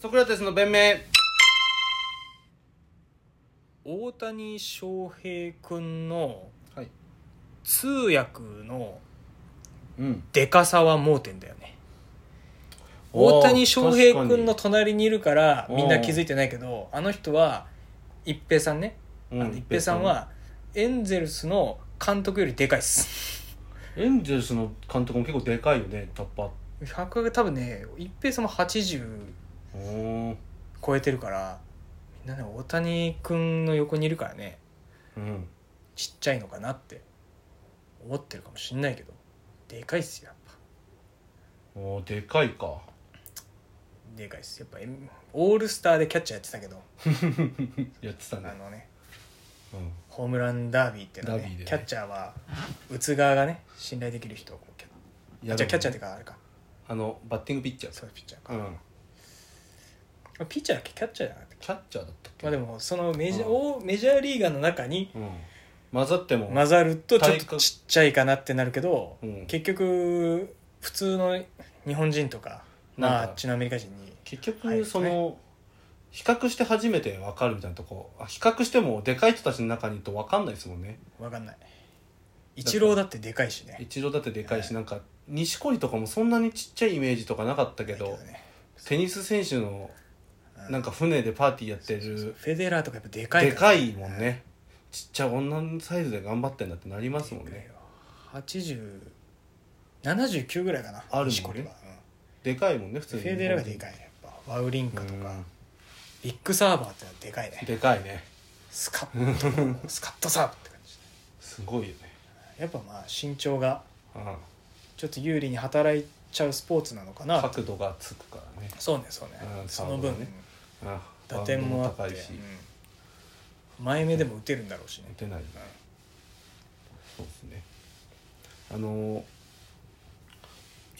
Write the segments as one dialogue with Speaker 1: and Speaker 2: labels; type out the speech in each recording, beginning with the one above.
Speaker 1: ソクラテスの弁明
Speaker 2: 大谷翔平君の
Speaker 1: はい
Speaker 2: 通訳の
Speaker 1: うん
Speaker 2: でかさは盲点だよね大谷翔平君の隣にいるから
Speaker 1: おー
Speaker 2: みんな気づいてないけどあの人は一平さんね、
Speaker 1: うん
Speaker 2: あの一平さんはエンゼルスの監督よりでかいっす
Speaker 1: エンゼルスの監督も結構でかいよねタッパ
Speaker 2: 100多分ね一平さんも80
Speaker 1: おー
Speaker 2: 超えてるからみんなね大谷君の横にいるからね
Speaker 1: うん
Speaker 2: ちっちゃいのかなって思ってるかもしんないけどでかいっすよやっぱ
Speaker 1: おーでかいか
Speaker 2: でかいっすやっぱ M- オールスターでキャッチャーやってたけど
Speaker 1: やってた
Speaker 2: あ
Speaker 1: ね、
Speaker 2: のね
Speaker 1: うん、
Speaker 2: ホームランダービーっていうのは
Speaker 1: ダービ
Speaker 2: ね
Speaker 1: ーでね
Speaker 2: キャッチャーは打つ側がね信頼できる人をこうキャ
Speaker 1: いや
Speaker 2: じゃあキャッチャーっ
Speaker 1: で
Speaker 2: ていうかあれか
Speaker 1: あのバッティングピッチャー
Speaker 2: そういうピッチャーか、
Speaker 1: うん
Speaker 2: あピッチャーだっけキャッチャーじゃなかったっけ
Speaker 1: キャッチャーだったっけ
Speaker 2: まあでもそのメジャー、
Speaker 1: うん
Speaker 2: おメジャーリーガーの中に
Speaker 1: うん、混ざっても、
Speaker 2: 混ざるとちょっ
Speaker 1: 体
Speaker 2: と
Speaker 1: 格
Speaker 2: ちっちゃいかなってなるけど、
Speaker 1: うん
Speaker 2: 結局普通の日本人とかまあ
Speaker 1: なん
Speaker 2: あ
Speaker 1: か
Speaker 2: っちのアメリカ人に
Speaker 1: 結
Speaker 2: はい
Speaker 1: 局その、比較して初めて分かるみたいなとこあ比較してもでかい人たちの中にいると分かんないですもんね
Speaker 2: 分かんない一郎だってでかいしね
Speaker 1: 一郎だってでかいし、
Speaker 2: はい
Speaker 1: なんか錦織とかもそんなにちっちゃいイメージとかなかったけど
Speaker 2: だね
Speaker 1: テニス選手の
Speaker 2: うん
Speaker 1: なんか船でパーティーやってる
Speaker 2: フェデラーとかやっぱでかい
Speaker 1: でか
Speaker 2: い
Speaker 1: いもんねちっちゃい女のサイズで頑張ってんだってなりますもんね
Speaker 2: 8079ぐらいかな
Speaker 1: あるもんね
Speaker 2: 錦織は
Speaker 1: でかいもんね普通
Speaker 2: うん
Speaker 1: に
Speaker 2: フェデラーがでかいねやっぱワウリンカとか、
Speaker 1: うん
Speaker 2: ビッグサーバーってのはでかいね
Speaker 1: でかいね
Speaker 2: スカッとスカッとサーブって感じ
Speaker 1: すごいよね
Speaker 2: やっぱまあ身長が
Speaker 1: うん
Speaker 2: ちょっと有利に働いちゃうスポーツなのかな
Speaker 1: 角度がつくからね
Speaker 2: そうねそうね
Speaker 1: うん
Speaker 2: その
Speaker 1: サーブは
Speaker 2: 分
Speaker 1: ねうん
Speaker 2: 打点もあっ
Speaker 1: バウンド高
Speaker 2: て
Speaker 1: いし
Speaker 2: うん前目でも打てるんだろうしね
Speaker 1: 打てないそうですねあのー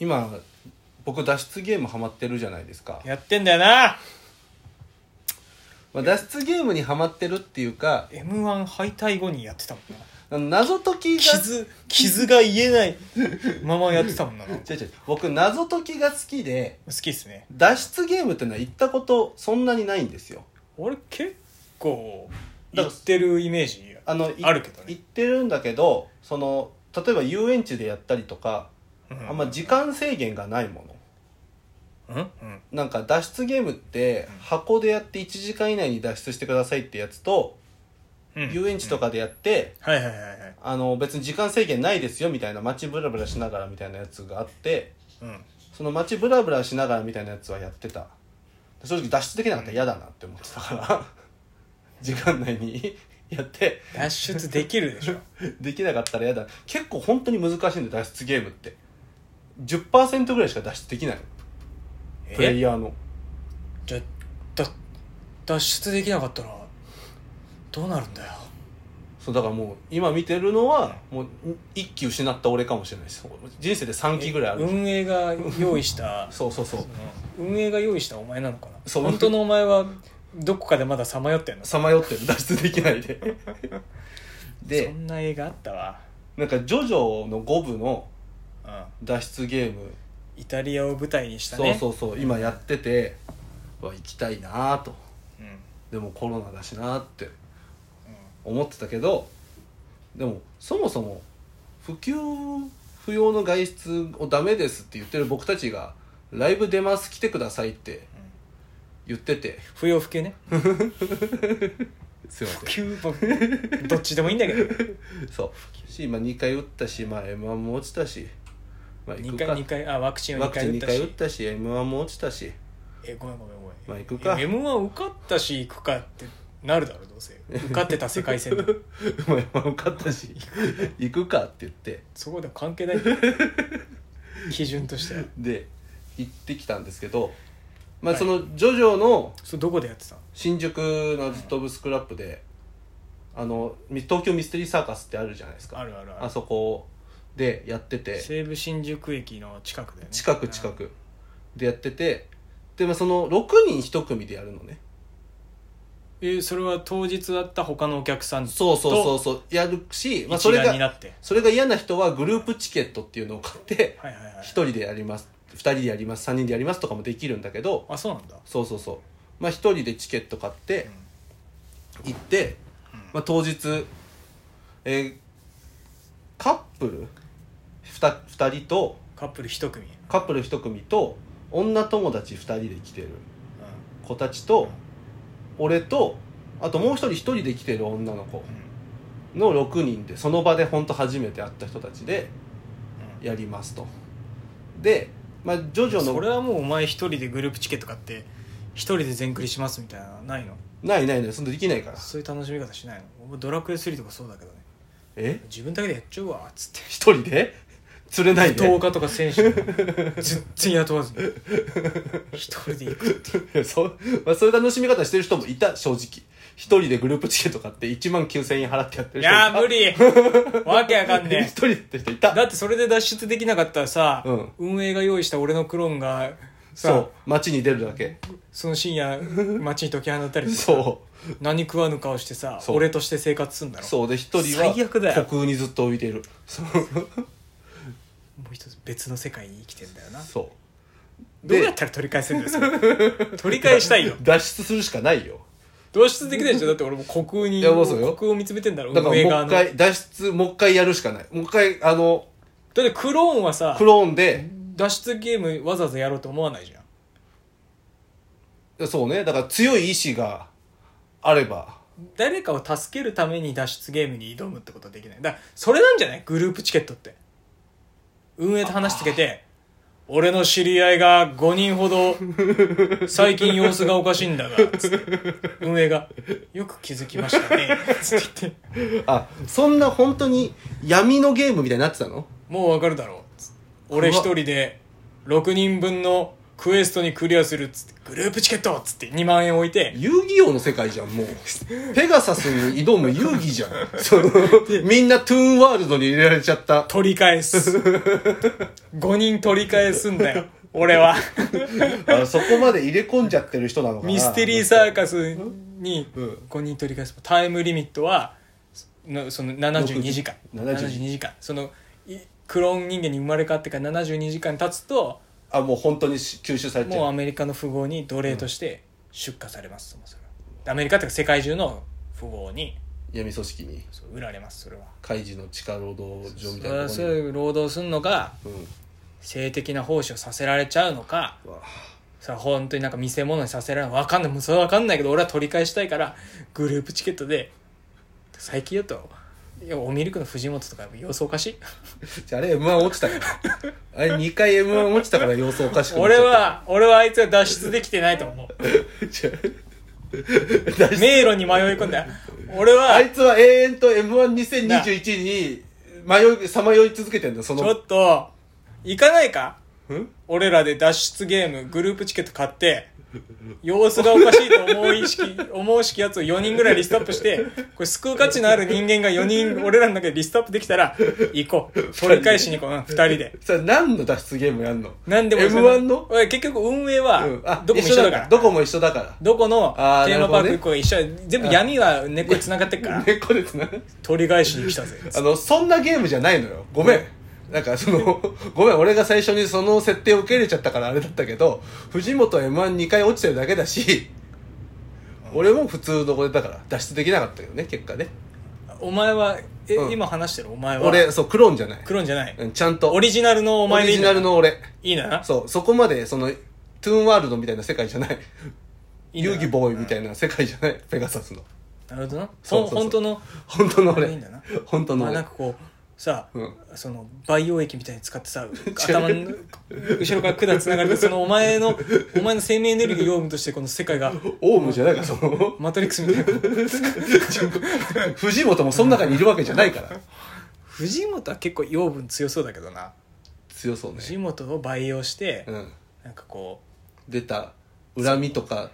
Speaker 1: 今僕脱出ゲームハマってるじゃないですか、
Speaker 2: やってんだよな
Speaker 1: まあ、脱出ゲームにハマってるっていうか
Speaker 2: m 1敗退後にやってたもんな
Speaker 1: あの謎解きが
Speaker 2: 傷傷が言えないままやってたもんな好
Speaker 1: 違う違う僕謎解きが好きで
Speaker 2: きっすね
Speaker 1: 脱出ゲームってのは行ったことそんなにないんですよ
Speaker 2: 俺結構
Speaker 1: だ
Speaker 2: 言
Speaker 1: から
Speaker 2: ってるイメージ
Speaker 1: あのい
Speaker 2: あるけどね
Speaker 1: 行ってるんだけどその例えば遊園地でやったりとか
Speaker 2: うん
Speaker 1: あんま時間制限がないもの
Speaker 2: うんうん
Speaker 1: なんか脱出ゲームって箱でやって1時間以内に脱出してくださいってやつと
Speaker 2: うん
Speaker 1: 遊園地とかでやって
Speaker 2: はいはいはいはい
Speaker 1: あの別に時間制限ないですよみたいな街ブラブラしながらみたいなやつがあって
Speaker 2: うん
Speaker 1: その街ブラブラしながらみたいなやつはやってた正直脱出できなかったら嫌だなって思ってたから 時間内にやって
Speaker 2: 脱出できるでしょ
Speaker 1: できなかったら嫌だ結構本当に難しいんだよ脱出ゲームって10%ぐらいしか脱出できないのプレイ
Speaker 2: え
Speaker 1: ヤーの
Speaker 2: じゃだ脱出できなかったらどうなるんだよ
Speaker 1: そうだからもう今見てるのはもう1機失った俺かもしれないです人生で3機ぐらいある、
Speaker 2: 運営が用 意した
Speaker 1: そうそうそう
Speaker 2: 運営が用意したお前なのかな
Speaker 1: そう
Speaker 2: 本当のお前はどこかでまださまよってんの
Speaker 1: さまよってる脱出できないで
Speaker 2: そ
Speaker 1: で
Speaker 2: んな映画あったわ、
Speaker 1: なんかジョジョの5部の
Speaker 2: うん、
Speaker 1: 脱出ゲーム、
Speaker 2: イタリアを舞台にした
Speaker 1: そう
Speaker 2: ね
Speaker 1: そううそう今やっててうわ行きたいなぁと
Speaker 2: そう、ん、
Speaker 1: でもコロナだしなって思ってたけどでもそもそも普及不要の外出をダメですって言ってる僕たちが「ライブ出ます来てください」って言ってて
Speaker 2: 不要不急ね
Speaker 1: すいませ
Speaker 2: 不急僕どっちでもいいんだけど
Speaker 1: んそうし今2回打ったし、まあ、m 1も落ちたし、まあ、行
Speaker 2: 2
Speaker 1: く
Speaker 2: 回
Speaker 1: か
Speaker 2: 二回あワクチンを
Speaker 1: ワ
Speaker 2: 2
Speaker 1: クチン
Speaker 2: 回打
Speaker 1: 2
Speaker 2: った
Speaker 1: 回打っ
Speaker 2: した
Speaker 1: し m 1も落ちたし
Speaker 2: えごめんごめんごめん
Speaker 1: まあ行くか
Speaker 2: m 1受かったし行くかってなるだろど うせ受かってた世界戦で
Speaker 1: まあ受かったし行くかって言って
Speaker 2: そこでは関係ない基準としては
Speaker 1: で行ってきたんですけど、まあ、そのジョジョの
Speaker 2: それどこでやってたの
Speaker 1: 新宿のずっとブスクラップで、あのみ東京ミステリーサーカスってあるじゃないですか
Speaker 2: あるあるある
Speaker 1: あそこでやってて
Speaker 2: 西武新宿駅の近くだよね
Speaker 1: 近く近
Speaker 2: うん
Speaker 1: くでやっててで、まあ、その6人1組でやるのね
Speaker 2: えーそれは当日あった他のお客さんと
Speaker 1: そうそうそうそうやるし、まあ、そ
Speaker 2: 一
Speaker 1: れ
Speaker 2: 丸に
Speaker 1: が
Speaker 2: なって
Speaker 1: それが嫌な人はグループチケットっていうのを買って
Speaker 2: はいはいはい
Speaker 1: 1人でやります2人でやります3人でやりますとかもできるんだけど
Speaker 2: あそうなんだ
Speaker 1: そうそうそうまあ1人でチケット買って行って、まあ、当日、えーカップル 2, 2人と
Speaker 2: カップル一組、うん、
Speaker 1: カップル1組と女友達2人で来てる子たちと俺とあともう1人1人で来てる女の子
Speaker 2: うん
Speaker 1: の6人でその場で本当初めて会った人たちで
Speaker 2: うん
Speaker 1: やりますとで、まあ、ジョジョ
Speaker 2: それ
Speaker 1: の
Speaker 2: はもうお前一人でグループチケット買って一人で全クリしますみたいなないの
Speaker 1: ないないないそんなできないから
Speaker 2: そういう楽しみ方しないの俺ドラクエ3とかそうだけどね
Speaker 1: え
Speaker 2: 自分だけでやっちゃうわっつって
Speaker 1: 一人で 釣れない
Speaker 2: 10
Speaker 1: で
Speaker 2: 日とか 選手全然雇わずに一人で 行くって
Speaker 1: いやそう、まあ、そういう楽しみ方してる人もいた正直一人でグループチケット買って1万9000円払ってやって
Speaker 2: い
Speaker 1: る人
Speaker 2: や
Speaker 1: い
Speaker 2: ー
Speaker 1: た
Speaker 2: 無理わけわかんねえ
Speaker 1: 一人って人いた
Speaker 2: だってそれで脱出できなかったらさ、
Speaker 1: うん
Speaker 2: 運営が用意した俺のクローンがさ
Speaker 1: そう街に出るだけ
Speaker 2: その深夜街に解き放ったりとか
Speaker 1: そ
Speaker 2: 何食わぬ顔してさ
Speaker 1: そう
Speaker 2: 俺として生活するんだ
Speaker 1: う
Speaker 2: ろ
Speaker 1: そうで一人は
Speaker 2: 最悪だよ
Speaker 1: 虚空にずっと浮いてるそう
Speaker 2: もう一つ別の世界に生きてんだよな
Speaker 1: そ
Speaker 2: どうやったら取り返せるんで すか取り返したいよ
Speaker 1: う脱出するしかないよ
Speaker 2: 脱出できないでしょだって俺もう虚空に
Speaker 1: いやもうそうよ
Speaker 2: 虚空を見つめてんだろ
Speaker 1: だからもう
Speaker 2: 運営側
Speaker 1: 一
Speaker 2: のだっ
Speaker 1: 回脱出もう一回やるしかないもう一回あの
Speaker 2: てクローンはさ
Speaker 1: クローンで
Speaker 2: 脱出ゲームわざわざやろうと思わないじゃん
Speaker 1: そうねだから強い意志があれば
Speaker 2: 誰かを助けるために脱出ゲームに挑むってことはできないだからそれなんじゃないグループチケットって運営と話つけて俺の知り合いが5人ほど最近様子がおかしいんだがつって運営が「よく気づきましたね」つって言って
Speaker 1: あそんな本当に闇のゲームみたいになってたの
Speaker 2: 「もうわかるだろうつって」俺一人で6人分のクエストにクリアする」っつって「グループチケット」っつって2万円置いて
Speaker 1: 遊戯王の世界じゃん もうペガサスに挑む遊戯じゃんそのみんなトゥーンワールドに入れられちゃった
Speaker 2: 取り返す5人取り返すんだよ俺は
Speaker 1: あそこまで入れ込んじゃってる人なのかな
Speaker 2: ミステリーサーカスに
Speaker 1: うん
Speaker 2: 5人取り返すタイムリミットはのその72時間
Speaker 1: 72
Speaker 2: 72時間そのいクローン人間に生まれ変わってから72時間経つと
Speaker 1: あもう本当に吸収されて
Speaker 2: もうア
Speaker 1: る
Speaker 2: メリカの富豪に奴隷として出荷されます、もうそれはアメリカっていうか世界中の富豪に
Speaker 1: 闇組織に
Speaker 2: そう売られますそれは
Speaker 1: 開示の地下労働所み
Speaker 2: そ
Speaker 1: た
Speaker 2: れ
Speaker 1: いなと
Speaker 2: は
Speaker 1: こ
Speaker 2: そ
Speaker 1: ろに
Speaker 2: ういう労働するのか
Speaker 1: うん
Speaker 2: 性的な奉仕をさせられちゃうのか
Speaker 1: うわ
Speaker 2: さ本当になんか見せ物にさせられるの分かんないもうそれは分かんないけど俺は取り返したいからグループチケットで最近だといやおミルクの藤本とか様子おかしい
Speaker 1: じゃああれ m 1落ちた からあれ2回 m 1落ちたから様子おかしくなっちゃ
Speaker 2: 俺
Speaker 1: った
Speaker 2: は俺はあいつが脱出できてないと思う
Speaker 1: じゃあ
Speaker 2: 迷路に迷い込んだ俺は
Speaker 1: あいつは永遠と m 1 2 0 2 1に迷いさまよい続けてんだそ
Speaker 2: ちょ
Speaker 1: の
Speaker 2: っと行かないか
Speaker 1: ん
Speaker 2: 俺らで脱出ゲームグループチケット買って様子がおかしいと思う意識 思うしきやつを4人ぐらいリストアップしてこれ救う価値のある人間が4人俺らの中でリストアップできたら行こう取り返しに行こう2人で
Speaker 1: さ何の脱出ゲームやんの
Speaker 2: 何でも
Speaker 1: M1 の
Speaker 2: おい結局運営は
Speaker 1: うんあ
Speaker 2: どこも一緒だから、
Speaker 1: どこも一緒だから
Speaker 2: どこの
Speaker 1: あー
Speaker 2: テーマパー
Speaker 1: な
Speaker 2: ク
Speaker 1: る
Speaker 2: 行
Speaker 1: ほ
Speaker 2: こうが一緒全部闇は根っこに繋がってっから
Speaker 1: 根っこですね
Speaker 2: 取り返しに来たぜ
Speaker 1: あのそんなゲームじゃないのよごめんなんかその ごめん俺が最初にその設定を受け入れちゃったからあれだったけど藤本 m 1 2回落ちてるだけだし俺も普通のこれだから脱出できなかったよね結果ね
Speaker 2: お前はえ、
Speaker 1: うん
Speaker 2: 今話してるお前は
Speaker 1: 俺そうクローンじゃない
Speaker 2: クローンじゃない
Speaker 1: うんちゃんと
Speaker 2: オリジナルのお前
Speaker 1: オ
Speaker 2: で
Speaker 1: リ
Speaker 2: いい
Speaker 1: ジ
Speaker 2: ん
Speaker 1: ナ
Speaker 2: だ
Speaker 1: ルの俺
Speaker 2: いいな。
Speaker 1: そうそこまでそのトゥーンワールドみたいな世界じゃない
Speaker 2: いいんだ
Speaker 1: 遊
Speaker 2: な
Speaker 1: 戯ボーイみたいな世界じゃないペガサスの
Speaker 2: なるほどな。
Speaker 1: そう
Speaker 2: ほ
Speaker 1: そ
Speaker 2: ん
Speaker 1: うそう
Speaker 2: 本当の、
Speaker 1: 本当の俺
Speaker 2: いいんだな
Speaker 1: 本当の
Speaker 2: まあ
Speaker 1: 俺
Speaker 2: なんかこう、さ、
Speaker 1: うん
Speaker 2: その培養液みたいに使っ てさ、頭の後ろから管つながれて、そのお前の、 お前の生命エネルギーを養分としてこの世界が、
Speaker 1: オウムじゃないからその
Speaker 2: マトリックスみたいな。
Speaker 1: 藤本もその中にいるわけじゃないから
Speaker 2: 藤本は結構養分強そうだけどな。
Speaker 1: 強そうね、
Speaker 2: 藤本を培養して、
Speaker 1: うん、
Speaker 2: なんかこ
Speaker 1: 出た恨みとか
Speaker 2: う、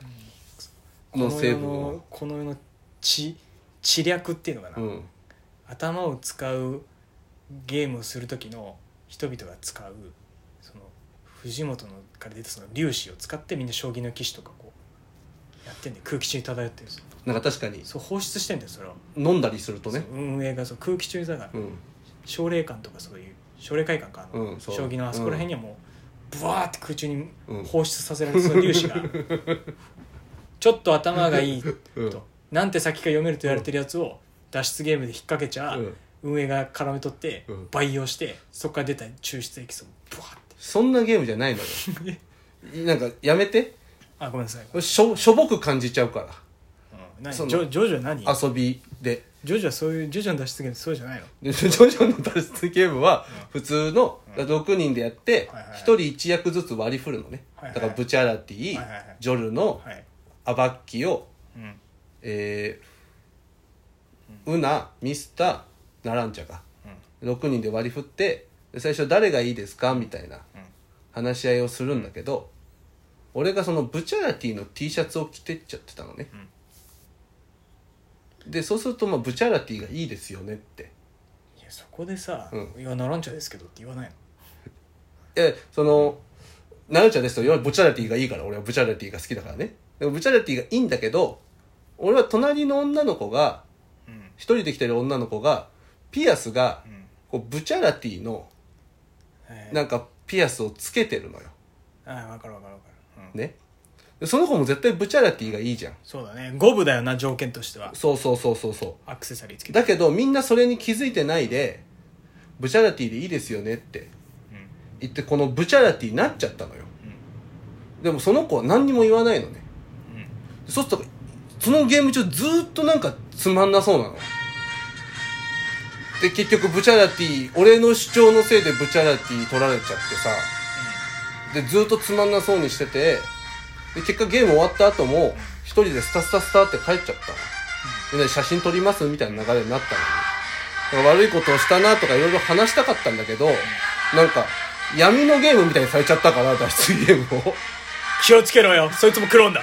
Speaker 2: こ
Speaker 1: の
Speaker 2: の
Speaker 1: 成
Speaker 2: 世
Speaker 1: 分を
Speaker 2: の、この世の知、知略っていうのか
Speaker 1: う
Speaker 2: な。
Speaker 1: ん、
Speaker 2: 頭を使うゲームをする時の人々が使うその藤本のから出たその粒子を使ってみんな将棋の棋士とかこうやってんで空気中に漂ってるんですよ
Speaker 1: なんか確かに
Speaker 2: そう放出してんだよそれを、
Speaker 1: 飲んだりするとね
Speaker 2: そう運営がそう空気中にさ
Speaker 1: うん
Speaker 2: 奨励館とかそういう奨励会館かあの
Speaker 1: うんそう
Speaker 2: 将棋のあそこら辺にはもうブワーって空中に
Speaker 1: うん
Speaker 2: 放出させられてその粒子が ちょっと頭がいいと、
Speaker 1: うん
Speaker 2: なんて先か読めると言われてるやつを脱出ゲームで引っ掛けちゃ、
Speaker 1: うん
Speaker 2: 運営が絡め取って
Speaker 1: うん
Speaker 2: 培養してそこから出た抽出エキスをブワーって
Speaker 1: そんなゲームじゃないのよ なんかやめて
Speaker 2: あごめんなさい、
Speaker 1: しょしょぼく感じちゃうか
Speaker 2: うん、何ジ
Speaker 1: その
Speaker 2: ョジョジョ何
Speaker 1: ら遊びで
Speaker 2: ジョジョはそういうジョジョの脱出ゲームってそうじゃないの
Speaker 1: でジョジョの脱出ゲームは普通の6人でやって
Speaker 2: はいは
Speaker 1: 1
Speaker 2: い
Speaker 1: 人1役ずつ割り振るのね
Speaker 2: はいは
Speaker 1: だ
Speaker 2: い
Speaker 1: からブチャラティ
Speaker 2: はいはいはい
Speaker 1: ジョルの
Speaker 2: はい、
Speaker 1: アバッキを
Speaker 2: うん
Speaker 1: えーウナミスターナランチャが6人で割り振ってで最初誰がいいですかみたいな
Speaker 2: うん
Speaker 1: 話し合いをするんだけど俺がそのブチャラティの T シャツを着てっちゃってたのねでそうするとまあブチャラティがいいですよねって
Speaker 2: いやそこでさ「
Speaker 1: うん
Speaker 2: いやならんちゃですけど」って言わないの
Speaker 1: えそのナルチャですと要はブチャラティがいいから俺はブチャラティが好きだからねでもブチャラティがいいんだけど俺は隣の女の子が
Speaker 2: うん
Speaker 1: 一人で来てる女の子がピアスが
Speaker 2: うん
Speaker 1: こうブチャラティの
Speaker 2: え
Speaker 1: なんかピアスをつけてるのよ
Speaker 2: あ分かる分かる分かる、うん
Speaker 1: ねでその子も絶対ブチャラティがいいじゃん
Speaker 2: そうだね五分だよな条件としては
Speaker 1: そうそうそうそうそ
Speaker 2: アクセサリーつ
Speaker 1: う
Speaker 2: けて
Speaker 1: だけどみんなそれに気づいてないでブチャラティでいいですよねって
Speaker 2: うん
Speaker 1: 言ってこのブチャラティになっちゃったのよでもその子は何にも言わないのね
Speaker 2: うんうん
Speaker 1: そうするとそのゲーム中ずーっとなんかつまんなそうなので結局ブチャラティ俺の主張のせいでブチャラティ取られちゃってさでずーっとつまんなそうにしててで結果ゲーム終わった後も一人でスタスタスタって帰っちゃったので写真撮りますみたいな流れになったのだから悪いことをしたなとかいろいろ話したかったんだけどなんか闇のゲームみたいにされちゃったから脱出ゲームを
Speaker 2: 気をつけろよそいつもクローンだ